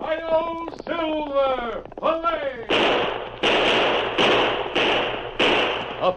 Hi-yo, Silver! Belay! A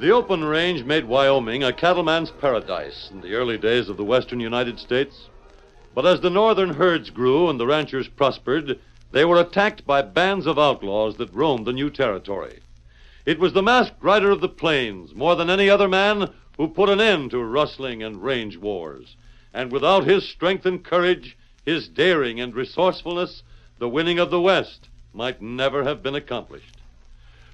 The open range made Wyoming a cattleman's paradise in the early days of the western United States. But as the northern herds grew and the ranchers prospered, they were attacked by bands of outlaws that roamed the new territory. It was the masked rider of the plains, more than any other man, who put an end to rustling and range wars. And without his strength and courage, his daring and resourcefulness, the winning of the West might never have been accomplished.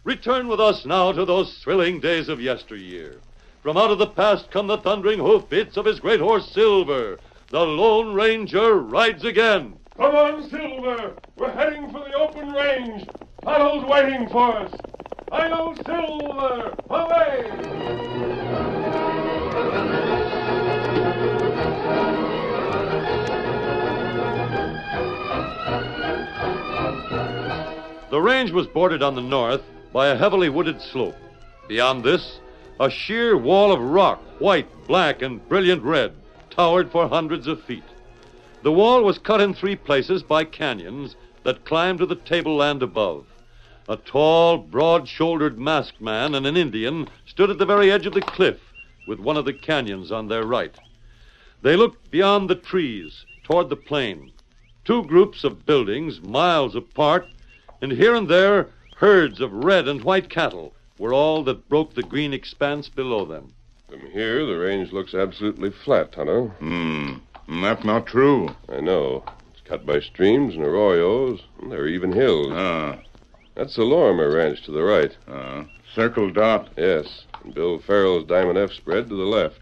Return with us now to those thrilling days of yesteryear. From out of the past come the thundering hoofbeats of his great horse Silver. The Lone Ranger rides again. Come on, Silver! We're heading for the open range. Tonto's waiting for us. I know Silver! Away! The range was bordered on the north by a heavily wooded slope. Beyond this, a sheer wall of rock, white, black, and brilliant red, towered for hundreds of feet. The wall was cut in three places by canyons that climbed to the tableland above. A tall, broad shouldered masked man and an Indian stood at the very edge of the cliff with one of the canyons on their right. They looked beyond the trees toward the plain. Two groups of buildings, miles apart, and here and there, herds of red and white cattle were all that broke the green expanse below them. From here, the range looks absolutely flat, Tonto. Hmm, that's not true. I know. It's cut by streams and arroyos, and there are even hills. Uh, That's the Lorimer Ranch to the right. uh, circle dot. Yes, and Bill Farrell's Diamond F spread to the left.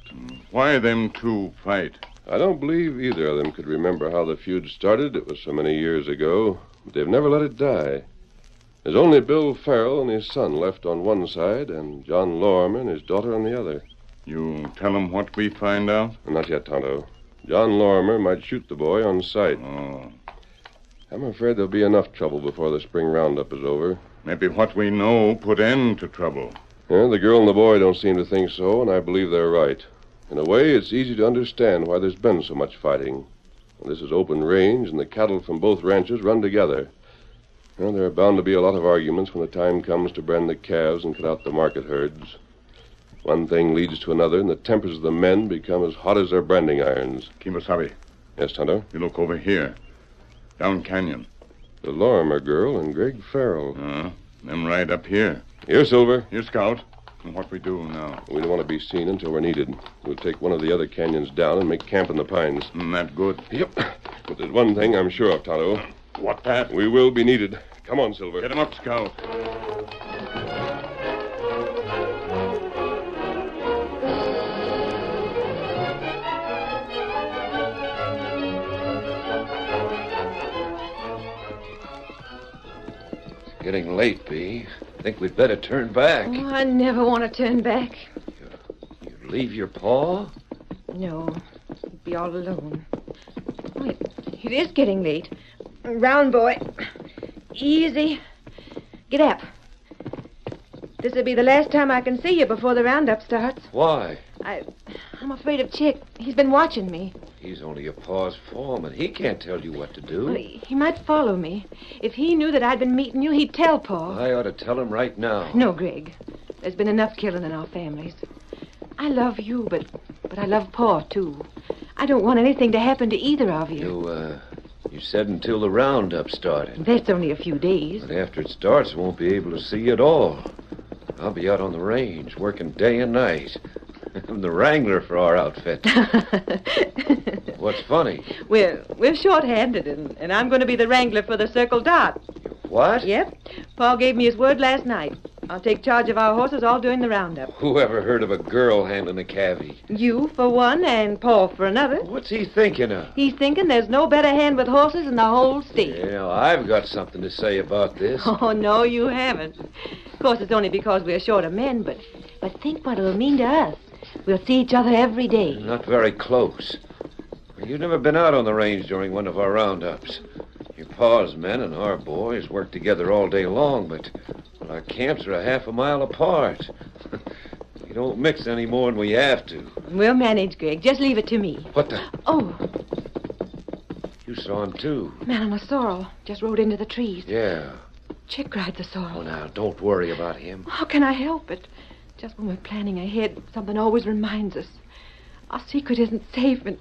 Why them two fight? I don't believe either of them could remember how the feud started. It was so many years ago. But they've never let it die. There's only Bill Farrell and his son left on one side, and John Lorimer and his daughter on the other. You tell 'em what we find out? Not yet, Tonto. John Lorimer might shoot the boy on sight. Oh, I'm afraid there'll be enough trouble before the spring roundup is over. maybe what we know put end to trouble. Yeah, Eh, the girl and the boy don't seem to think so, and I believe they're right. In a way, it's easy to understand why there's been so much fighting. This is open range, and the cattle from both ranches run together. Well, there are bound to be a lot of arguments when the time comes to brand the calves and cut out the market herds. One thing leads to another, and the tempers of the men become as hot as their branding irons. Kimasabi, Yes, Tonto? you look over here. Down canyon. The Lorimer girl and Greg Farrell. Uh, them right up here. Here, Silver. You scout. And what we do now. We don't want to be seen until we're needed. We'll take one of the other canyons down and make camp in the pines. Isn't Hmm, that good? Yep. But there's one thing I'm sure of, Tonto. What that? We will be needed. Come on, Silver. Get him up, Scout. Getting late, B. Think we'd better turn back. Oh, I never want to turn back. You leave your paw? No, I'd be all alone. Wait, it is getting late. Round boy, easy. Get up. This'll be the last time I can see you before the roundup starts. Why? I, I'm afraid of Chick. He's been watching me. He's only your paw's foreman. He can't tell you what to Well, do. he, he might follow me. If he knew that I'd been meeting you, he'd tell Paul. I ought to tell him right now. No, Greg. There's been enough killing in our families. I love you, but but I love Paul too. I don't want anything to happen to either of you. You, uh, you said until the roundup started. That's only a few days. But after it starts, I won't be able to see you at all. I'll be out on the range, working day and night. I'm the wrangler for our outfit. What's funny? we're we're short-handed, and, and I'm going to be the wrangler for the Circle Dot. What? Yep. Paul gave me his word last night. I'll take charge of our horses all during the roundup. Whoever heard of a girl handling a cavy? You for one, and Paul for another. What's he thinking of? He's thinking there's no better hand with horses in the whole state. Yeah, I've got something to say about this. Oh, no, you haven't. Of course, it's only because we're short of men, but, but think what it'll mean to us. We'll see each other every day. Not very close. You've never been out on the range during one of our roundups. Your pa's men and our boys work together all day long, but well, our camps are a half a mile apart. we don't mix any more than we have to. We'll manage, Greg. Just leave it to me. What the? Oh, You saw him too. man on a sorrel just rode into the trees. Yeah. Chick rides a sorrel. Oh, now don't worry about him. How can I help it? Just when we're planning ahead, something always reminds us. Our secret isn't safe, and,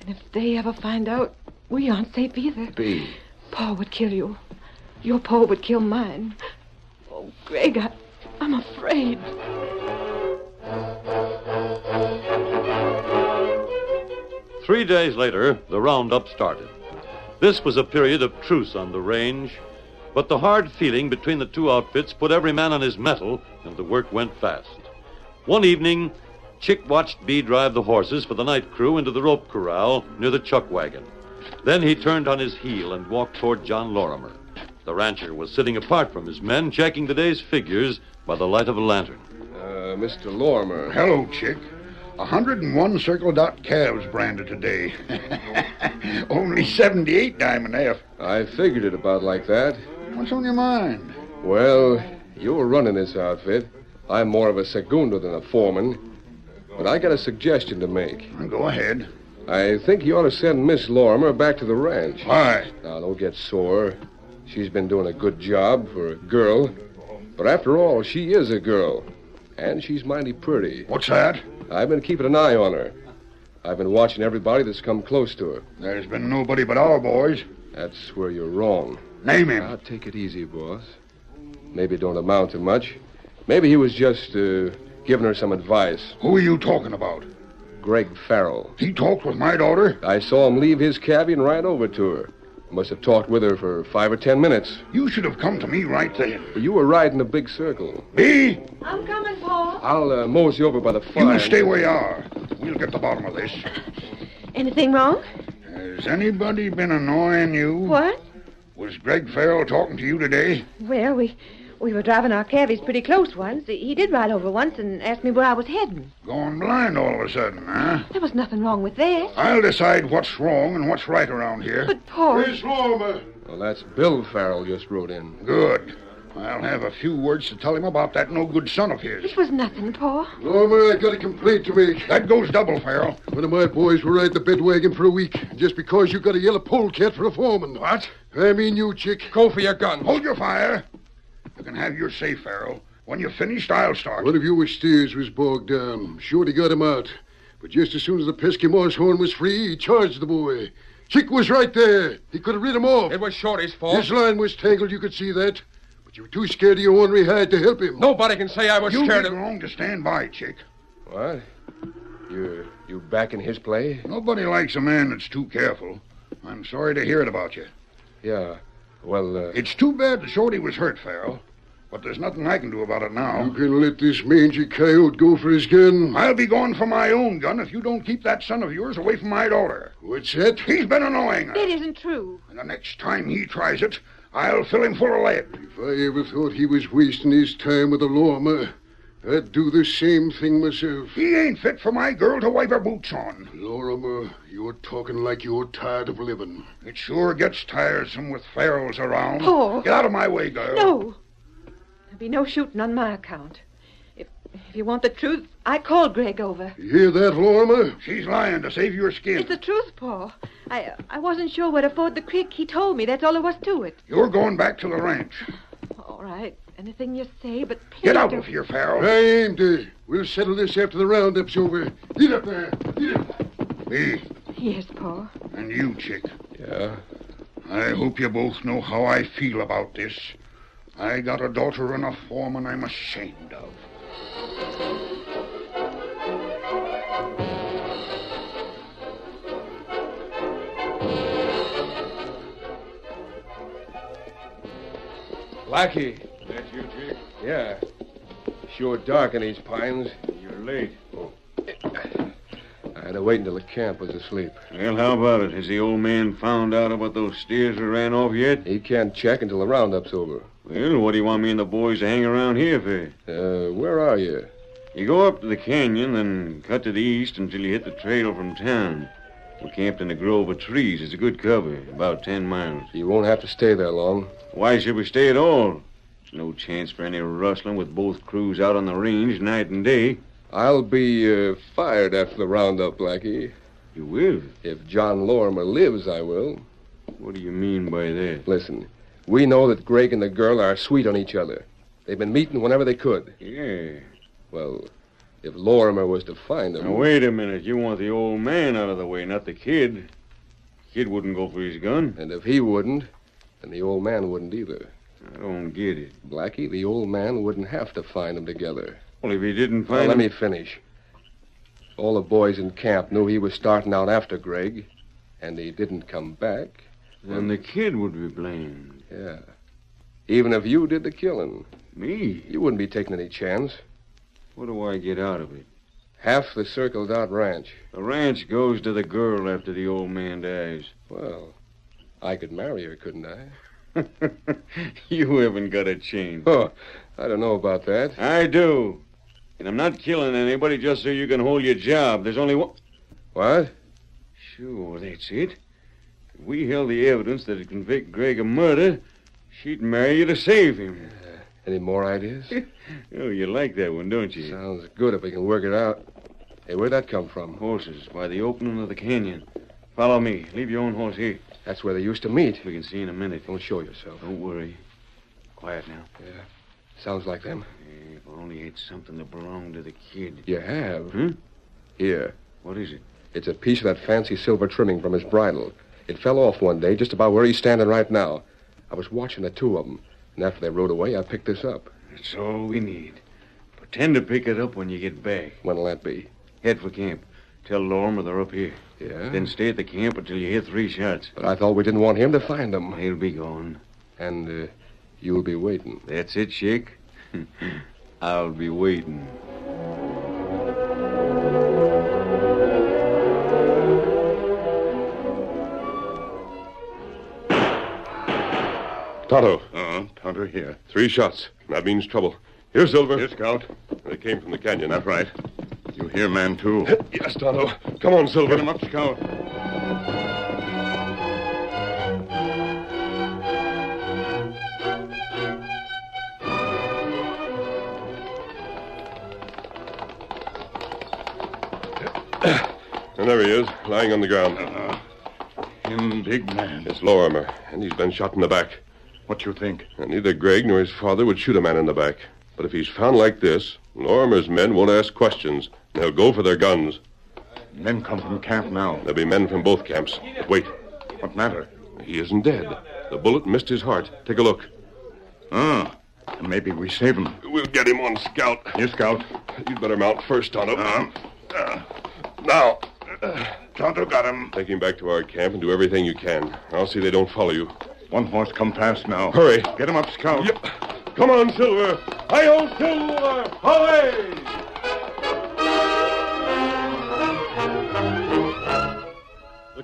and if they ever find out, we aren't safe either. B. Paul would kill you. Your Paul would kill mine. Oh, Greg, I, I'm afraid. Three days later, the roundup started. This was a period of truce on the range, but the hard feeling between the two outfits put every man on his mettle, and the work went fast. One evening, Chick watched Bee drive the horses for the night crew into the rope corral near the chuck wagon. Then he turned on his heel and walked toward John Lorimer. The rancher was sitting apart from his men, checking the day's figures by the light of a lantern. Uh, Mr. Lorimer. Hello, Chick. 101 Circle Dot calves branded today. Only 78 Diamond F. I figured it about like that. What's on your mind? Well, you were running this outfit. I'm more of a segundo than a foreman. But I got a suggestion to make. Well, Go ahead. I think you ought to send Miss Lorimer back to the ranch. Why? Now, don't get sore. She's been doing a good job for a girl. But after all, she is a girl. And she's mighty pretty. What's that? I've been keeping an eye on her. I've been watching everybody that's come close to her. There's been nobody but our boys. That's where you're wrong. Name Now, him. take it easy, boss. Maybe it don't amount to much. Maybe he was just uh, giving her some advice. Who are you talking about? Greg Farrell. He talked with my daughter? I saw him leave his cabby and ride over to her. Must have talked with her for five or ten minutes. You should have come to me right then. You were riding a big circle. B, I'm coming, Paul. I'll uh, mosey over by the fire. you stay where you are. We'll get the bottom of this. Anything wrong? Has anybody been annoying you? What? Was Greg Farrell talking to you today? Well, we we were driving our cabbies pretty close once. He did ride over once and asked me where I was heading. Going blind all of a sudden, huh? There was nothing wrong with that. I'll decide what's wrong and what's right around here. But Paul, Lormer. Well, that's Bill Farrell just rode in. Good. I'll have a few words to tell him about that no good son of his. it was nothing, Paul. Lormer, I got a complaint to make. That goes double, Farrell. One of my boys will ride the bed wagon for a week just because you got a yellow polecat for a foreman. What? I mean you, Chick. Go for your gun. Hold your fire. You can have your say, Farrell. When you're finished, I'll start. One of you upstairs was bogged down. Shorty got him out. But just as soon as the pesky moss horn was free, he charged the boy. Chick was right there. He could have rid him off. was Shorty's fault. His line was tangled, you could see that. But You were too scared of your ornery hide to help him. Nobody can say I was You scared did of. wrong to stand by, Chick. What? You you back in his play? Nobody likes a man that's too careful. I'm sorry to hear it about you. Yeah. Well, uh, It's too bad that Shorty was hurt, Farrell. But there's nothing I can do about it You now. can let this mangy coyote go for his gun. I'll be going for my own gun if you don't keep that son of yours away from my daughter. What's that? He's been annoying That her. isn't true. And the next time he tries it, I'll fill him full of lead. If I ever thought he was wasting his time with a lawmer, I'd do the same thing myself. He ain't fit for my girl to wipe her boots on. Lorimer, you're talking like you're tired of living. It sure gets tiresome with Farrell's around. Paul. Get out of my way, girl. No. There'll be no shooting on my account. If, if you want the truth, I called Greg over. You hear that, Lorimer? She's lying to save your skin. It's the truth, Paul. I I wasn't sure where to ford the creek. He told me. That's all there was to it. You're going back to the ranch. All right. Anything you say, but please Get out don't- of here, Farrell. I aimed it. We'll settle this after the roundup's over. Get up there. Get up. Me Yes, Paul. and you, Chick. yeah. I hope you both know how I feel about this. I got a daughter and a foreman I'm ashamed of. Lackey. That's you, Chick? Yeah. Sure dark in these pines. Oh. You're late. I had to wait until the camp was asleep. Well, how about it? Has the old man found out about those steers that ran off yet? He can't check until the roundup's over. Well, what do you want me and the boys to hang around here for? Uh, where are you? You go up to the canyon, then cut to the east until you hit the trail from town. We're camped in a grove of trees. It's a good cover, about ten miles. You won't have to stay there long. Why should we stay at all? There's no chance for any rustling with both crews out on the range night and day. I'll be uh, fired after the roundup, Blackie. You will? If John Lorimer lives, I will. What do you mean by that? Listen, we know that Greg and the girl are sweet on each other. They've been meeting whenever they could. Yeah. Well, if Lorimer was to find them. Now, wait a minute. You want the old man out of the way, not the kid. Kid wouldn't go for his gun. And if he wouldn't, then the old man wouldn't either. I don't get it. Blackie, the old man wouldn't have to find them together. Well, if he didn't Now, find let him- me finish. All the boys in camp knew he was starting out after Greg, and he didn't come back. then the kid would be blamed. Yeah. Even if you did the killing, Me? you wouldn't be taking any chance. What do I get out of it? Half the circled out ranch. The ranch goes to the girl after the old man dies. Well, I could marry her, couldn't I? you haven't got a chance. Oh, I don't know about that. I do. And I'm not killing anybody just so you can hold your job. There's only one. What? Sure, that's it. If we held the evidence that would convict Greg of murder, she'd marry you to save him. Any more ideas? Oh, you like that one, don't you? Sounds good if we can work it out. Hey, where'd that come from? Horses by the opening of the canyon. Follow me. Leave your own horse here. That's where they used to meet. We can see in a minute. Don't show yourself. Don't worry. Quiet now. Sounds like them. If I only had something that belonged to the kid. You have. Hmm? Here. What is it? It's a piece of that fancy silver trimming from his bridle. It fell off one day just about where he's standing right now. I was watching the two of them, and after they rode away, I picked this up. That's all we need. Pretend to pick it up when you get back. When'll that be? Head for camp. Tell Lormer they're up here. Yeah? Then stay at the camp until you hear three shots. But I thought we didn't want him to find them. He'll be gone. And uh, you'll be waiting. That's it, Chick. I'll be waiting. Tonto, Uh-huh. Tonto here. Three shots. That means trouble. Here, Silver. Scout. They came from the canyon. That's right. You hear, man, too? Yes, Tonto. Come on, Silver. Get him up, Scout. And there he is, lying on the ground. Uh-huh. Him big man. It's Lorimer, and he's been shot in the back. What you think? And neither Greg nor his father would shoot a man in the back. But if he's found like this, Lorimer's men won't ask questions. They'll go for their guns. Men come from camp now. There'll be men from both camps. But wait, What matter? he isn't dead. The bullet missed his heart. Take a look. Ah, And maybe we save him. We'll get him on scout. You, Scout. You'd better mount first, Tonto. Ah. Uh, uh, now, uh, Tonto got him. Take him back to our camp and do everything you can. I'll see they don't follow you. One horse come fast now. Hurry. Get him up, Scout. Yep. Come on, Silver. Hi-yo, Silver. Away! The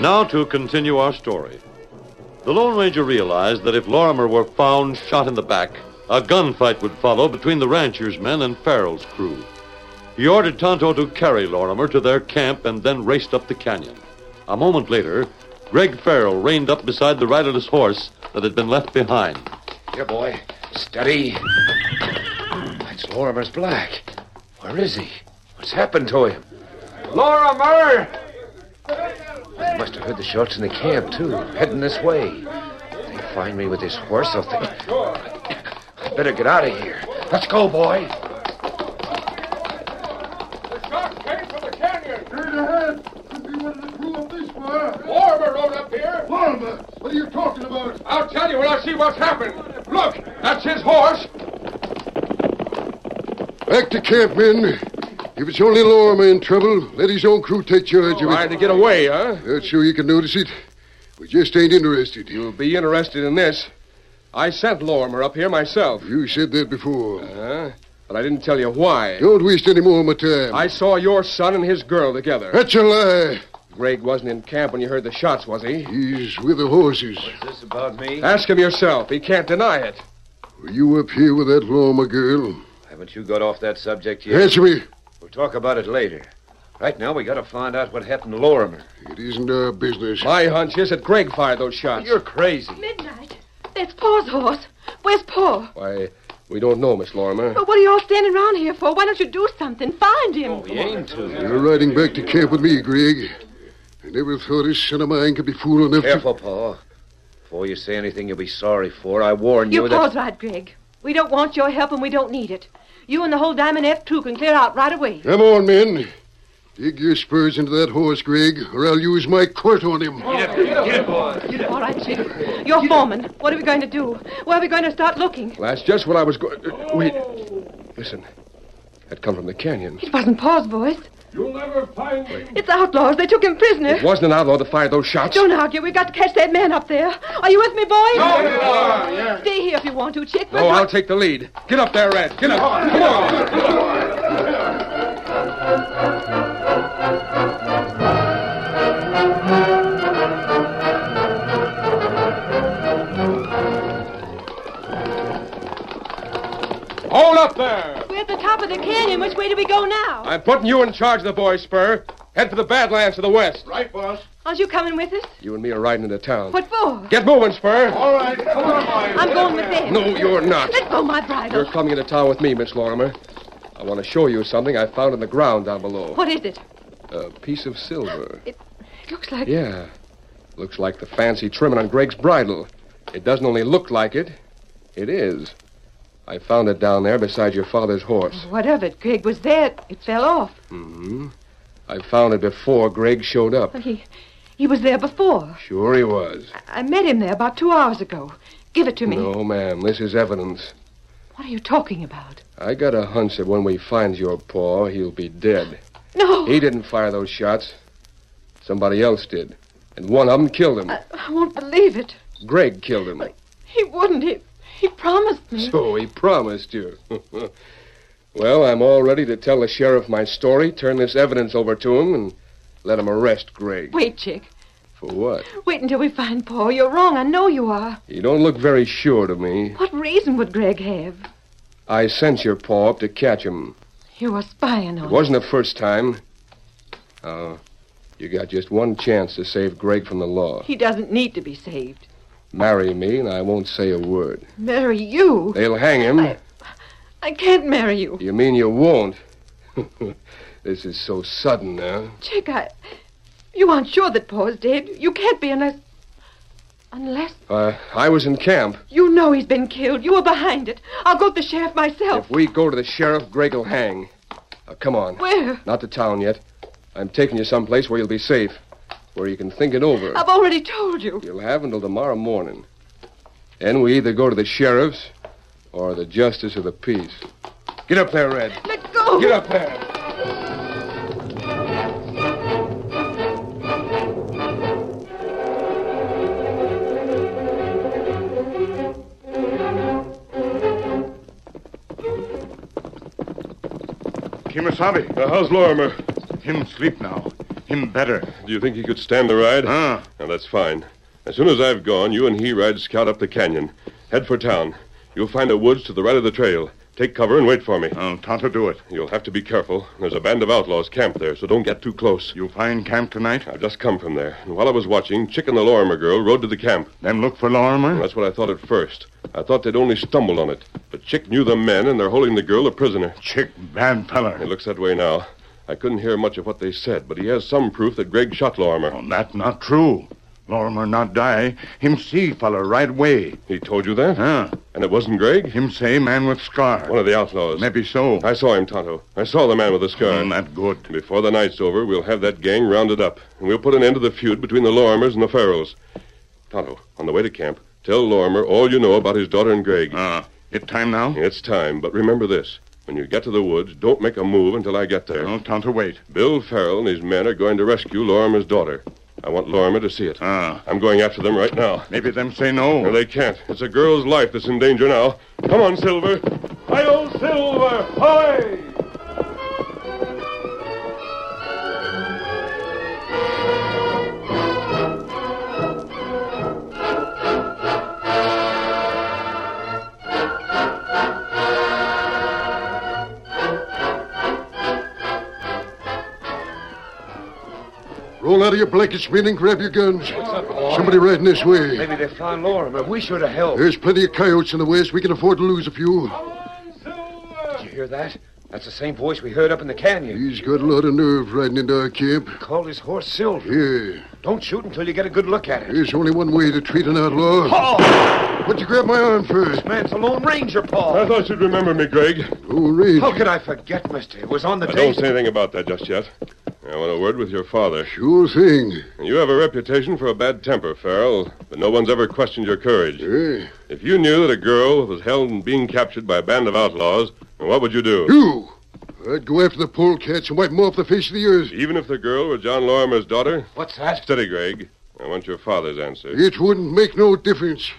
Now to continue our story. The Lone Ranger realized that if Lorimer were found shot in the back, a gunfight would follow between the rancher's men and Farrell's crew. He ordered Tonto to carry Lorimer to their camp and then raced up the canyon. A moment later, Greg Farrell reined up beside the riderless horse that had been left behind. Here, boy. Steady. That's Lorimer's black. Where is he? What's happened to him? Lorimer! They must have heard the shots in the camp, too, heading this way. If They find me with this horse, they'll think. I better get out of here. Let's go, boy. Lorimer rode up here. Lorimer? What are you talking about? I'll tell you when I see what's happened. Look, that's his horse. Back to camp, men. If it's only Lorimer in trouble, let his own crew take charge of it. to get away, huh? Not sure you can notice it. We just ain't interested. You'll be interested in this. I sent Lorimer up here myself. You said that before. Huh? But I didn't tell you why. Don't waste any more of my time. I saw your son and his girl together. That's a lie. Greg wasn't in camp when you heard the shots, was he? He's with the horses. Is this about me? Ask him yourself. He can't deny it. Were you up here with that Lorimer girl? Haven't you got off that subject Answer me. We'll talk about it later. Right now, we gotta find out what happened to Lorimer. It isn't our business. My hunch is that Greg fired those shots. You're crazy. Midnight. That's Paul's horse. Where's Paul? Why, we don't know, Miss Lorimer. But what are you all standing around here for? Why don't you do something? Find him. We aim to. You're riding back to camp with me, Greg. I never thought this son of mine could be fool enough Careful, Paul. Before you say anything you'll be sorry for, I warn you, Your that. Paul's right, Greg. We don't want your help and we don't need it. You and the whole Diamond F crew can clear out right away. to. Come on, men. Dig your spurs into that horse, Greg, or I'll use my quirt on him. All right, Chief. You're foreman. What are we going to do? Where are we going to start looking? That's just what I was going. wait. Listen. That come from the canyon. It wasn't Paul's voice. You'll never find me. It's outlaws. They took him prisoner. It wasn't an outlaw that fired those shots. Don't argue. We've got to catch that man up there. Are you with me, boy? No, Stay here if you want to, Chick. No, Oh, I'll take the lead. Get up there, Red. Get up. Come on. Hold up there. We're at the top of the canyon. Which way do we go now? I'm putting you in charge of the boys, Spur. Head for the Badlands to the west. Right, boss. Aren't you coming with us? You and me are riding into town. What for? Get moving, Spur. All right. Come on, I'm going with them. No, you're not. Let go my You're bridle. coming into town with me, Miss Lorimer. I want to show you something I found in the ground down below. What is it? A piece of silver. It looks like Yeah. Looks like the fancy trimming on Greg's bridle. It doesn't only look like it, it is. I found it down there beside your father's horse. What of it? Greg was there. It fell off. I found it before Greg showed up. He, he was there before. Sure he was. I met him there about two hours ago. Give it to me. No, ma'am, this is evidence. What are you talking about? I got a hunch that when we find your paw, he'll be dead. No, He didn't fire those shots. Somebody else did. And one of them killed him. I won't believe it. Greg killed him. He wouldn't. He, he promised So me. Oh, he promised you. well, I'm all ready to tell the sheriff my story, turn this evidence over to him, and let him arrest Greg. Wait, Chick. For what? Wait until we find Paul. You're wrong. I know you are. You don't look very sure to me. What reason would Greg have? I sent your paw up to catch him. You were spying on It him. wasn't the first time. Uh, you got just one chance to save Greg from the law. He doesn't need to be saved. Marry me, and I won't say a word. Marry you. They'll hang him. I- I can't marry you. You mean you won't? this is so sudden, huh? Chick, I. You aren't sure that Paul's dead. You can't be unless. Unless Uh, I was in camp. you know he's been killed. You were behind it. I'll go to the sheriff myself. If we go to the sheriff, Greg will hang. Now, come on. Where? Not to town yet. I'm taking you someplace where you'll be safe, where you can think it over. I've already told you. You'll have until tomorrow morning. Then we either go to the sheriff's or the justice of the peace. Get up there, Red. Let go. Get up there. Kimasabi. Now, Uh, how's Lorimer? Him sleep now. Him better. Do you think he could stand the ride? Ah. Now, that's fine. As soon as I've gone, you and he ride scout up the canyon. Head for town. You'll find a woods to the right of the trail. Take cover and wait for me. I'll Tonto do it. You'll have to be careful. There's a band of outlaws camped there, so don't get too close. You find camp tonight? I've just come from there, and while I was watching, Chick and the Lorimer girl rode to the camp. Them look for Lorimer? And that's what I thought at first. I thought they'd only stumbled on it, but Chick knew the men, and they're holding the girl a prisoner. Chick, bad It feller. looks that way now. I couldn't hear much of what they said, but he has some proof that Greg shot Lorimer. Oh, that not true. Lorimer not die. Him see feller right way. He told you that? Huh? And it wasn't Greg? Him say man with scar. One of the outlaws. Maybe so. I saw him, Tonto. I saw the man with the scar. Mm, that good. Before the night's over, we'll have that gang rounded up, and we'll put an end to the feud between the Lorimers and the Farrells. Tonto, on the way to camp, tell Lorimer all you know about his daughter and Greg. Uh, it time now? It's time, but remember this. When you get to the woods, don't make a move until I get there. Well, Tonto wait. Bill Farrell and his men are going to rescue Lorimer's daughter. I want Lorimer to see it. Ah. I'm going after them right now. Maybe them say No, no. they can't. It's a girl's life that's in danger now. Come on, Silver. Hi, old Silver. Hoy! Roll out of your blankets, men, and grab your guns. Somebody riding this way. Maybe they found Lorimer. We should have helped. There's plenty of coyotes in the west. We can afford to lose a few. Did you hear that? That's the same voice we heard up in the canyon. He's got a lot of nerve riding into our camp. Called his horse Silver. Yeah, Don't shoot until you get a good look at it. there's only one way to treat an outlaw. Paul! What'd you grab my arm for? Man's a Lone Ranger, Paul. I thought you'd remember me, Greg. Oh, Ranger. How could I forget, mister? It was on the I table. don't say anything about that just yet. I want a word with your father. Sure thing. You have a reputation for a bad temper, Farrell, but no one's ever questioned your courage. Yeah. If you knew that a girl was held and being captured by a band of outlaws, then what would you do? You! I'd go after the polecats and wipe them off the face of the earth. Even if the girl were John Lorimer's daughter? What's that? Steady, Greg. I want your father's answer. It wouldn't make no difference.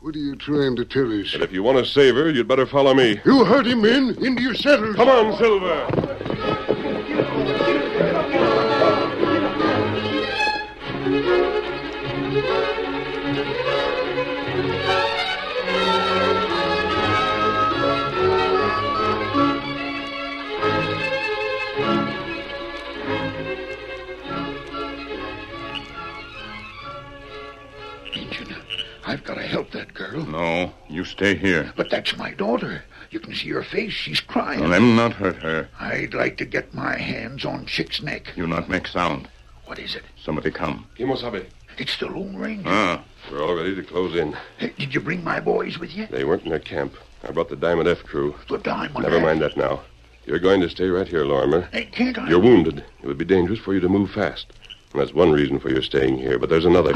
What are you trying to tell us? But if you want to save her, you'd better follow me. You heard him, men. Into your saddles. Come on, Silver! Injun, I've got to help that girl. No, you stay here. But that's my daughter. You can see her face. She's crying. Now, them not hurt her. I'd like to get my hands on Chick's neck. You not make sound. What is it? Somebody come. Kimosabe. It's the Lone Ranger. Ah, We're all ready to close in. Hey, Did you bring my boys with you? They weren't in their camp. I brought the Diamond F crew. The diamond. Never mind that now. You're going to stay right here, Lorimer. Hey, can't I? You're wounded. It would be dangerous for you to move fast. And that's one reason for your staying here, but there's another.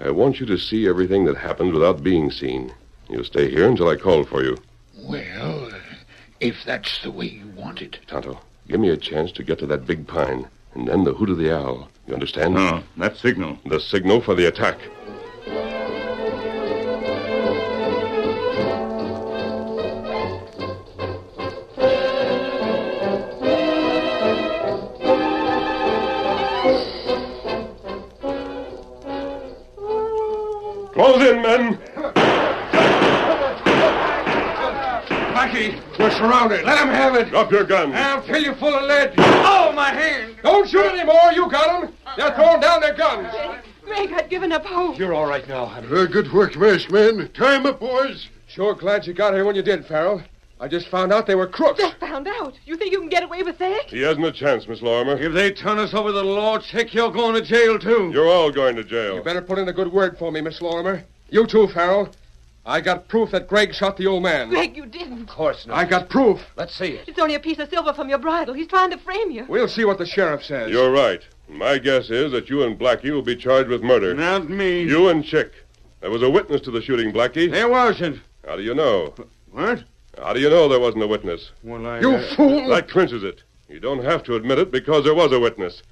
I want you to see everything that happened without being seen. You'll stay here until I call for you. Well, if that's the way you want it. Tonto, give me a chance to get to that big pine, and then the hoot of the owl. You understand? no, that signal. The signal for the attack. Close in, men! Blackie, we're surrounded. Let him have it. Drop your guns! I'll fill you full of lead. Oh, my hand. Don't shoot anymore. You got him. Uh-uh. They're throwing down their guns. Greg, I'd given up hope. You're all right now, Uh, good work, masked man. Time up, boys. Sure glad you got here when you did, Farrell. I just found out they were crooks. Just found out. You think you can get away with that? He hasn't a chance, Miss Lorimer. If they turn us over to the law, check you're going to jail, too. You're all going to jail. You better put in a good word for me, Miss Lorimer. You too, Farrell. I got proof that Greg shot the old man. Greg, you didn't. Of course not. I got proof. Let's see it. It's only a piece of silver from your bridle. He's trying to frame you. We'll see what the sheriff says. You're right. My guess is that you and Blackie will be charged with murder. Not me. You and Chick. There was a witness to the shooting, Blackie. There wasn't. How do you know? What? How do you know there wasn't a witness? Well, I. You uh, fool! That clinches it. You don't have to admit it because there was a witness.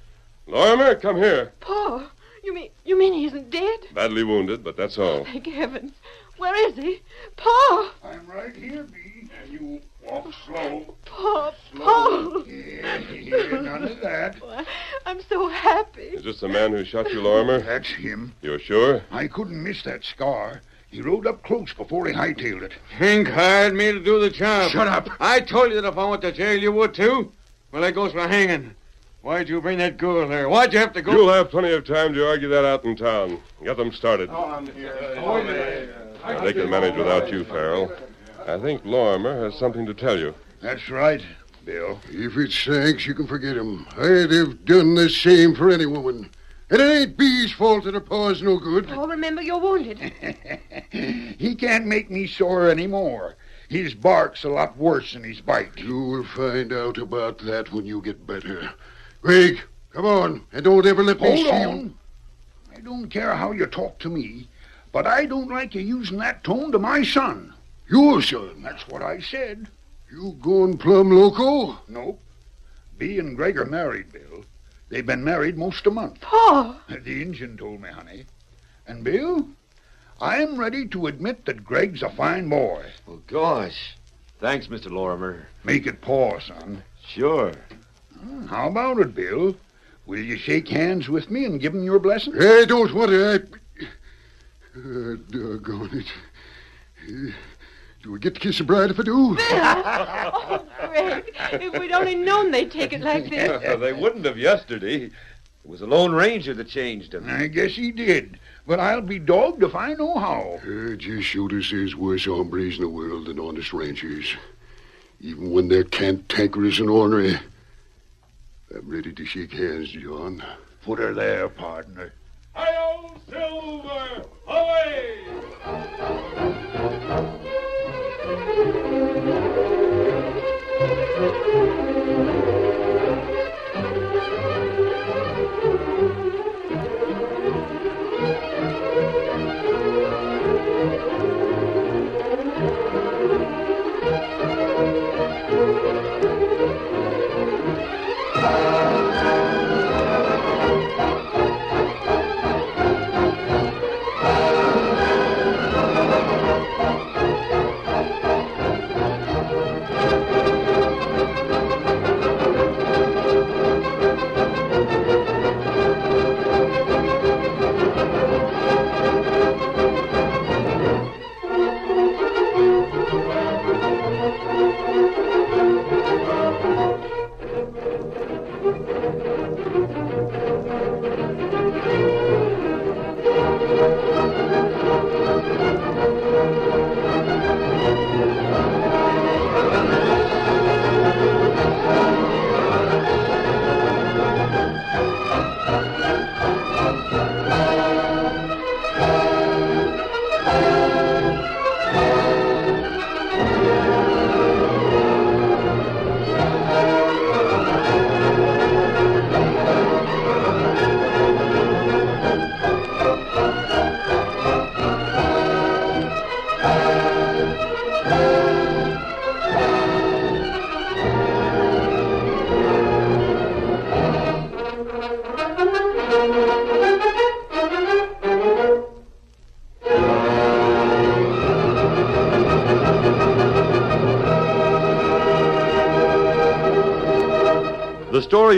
Lorimer, come here. Paul, you mean you mean he isn't dead? Badly wounded, but that's all. Thank heavens. Where is he? Paul! I'm right here, Bee. And you walk slow. Paul! Oh. Paul! Yeah, yeah, none of that. I'm so happy. Is this the man who shot you, Lorimer? That's him. You're sure? I couldn't miss that scar. He rode up close before he hightailed it. Hank hired me to do the job. Shut up. I told you that if I went to jail, you would too. Well, that goes for hanging. Why'd you bring that girl there? Why'd you have to go? You'll have plenty of time to argue that out in town. Get them started. They can manage without you, Farrell. I think Lorimer has something to tell you. That's right, Bill. If it's Sags, you can forget him. I'd have done the same for any woman. And it ain't Bee's fault that a paw's no good. Paul, remember you're wounded. he can't make me sore anymore. His bark's a lot worse than his bite. You will find out about that when you get better. Greg, come on, and don't ever let me Hold see you. on. I don't care how you talk to me, but I don't like you using that tone to my son. Your son. That's what I said. You going plumb loco? Nope. Bee and Greg are married, Bill. They've been married most a month. Paul! The engine told me, honey. And Bill, I'm ready to admit that Greg's a fine boy. Well, Oh, gosh. Thanks, Mr. Lorimer. Make it paw, son. Sure. How about it, Bill? Will you shake hands with me and give him your blessing? I don't want to. I... Uh, doggone it. Uh, Do I get to kiss the bride if I do? Oh, Greg, if we'd only known they'd take it like this. they wouldn't have yesterday. It was the Lone Ranger that changed him. I guess he did. But I'll be dogged if I know how. Uh, just sure as there's worse hombres in the world than honest ranchers. Even when they're cantankerous and ornery. I'm ready to shake hands, John. Put her there, partner. Hail Silver! Away! The story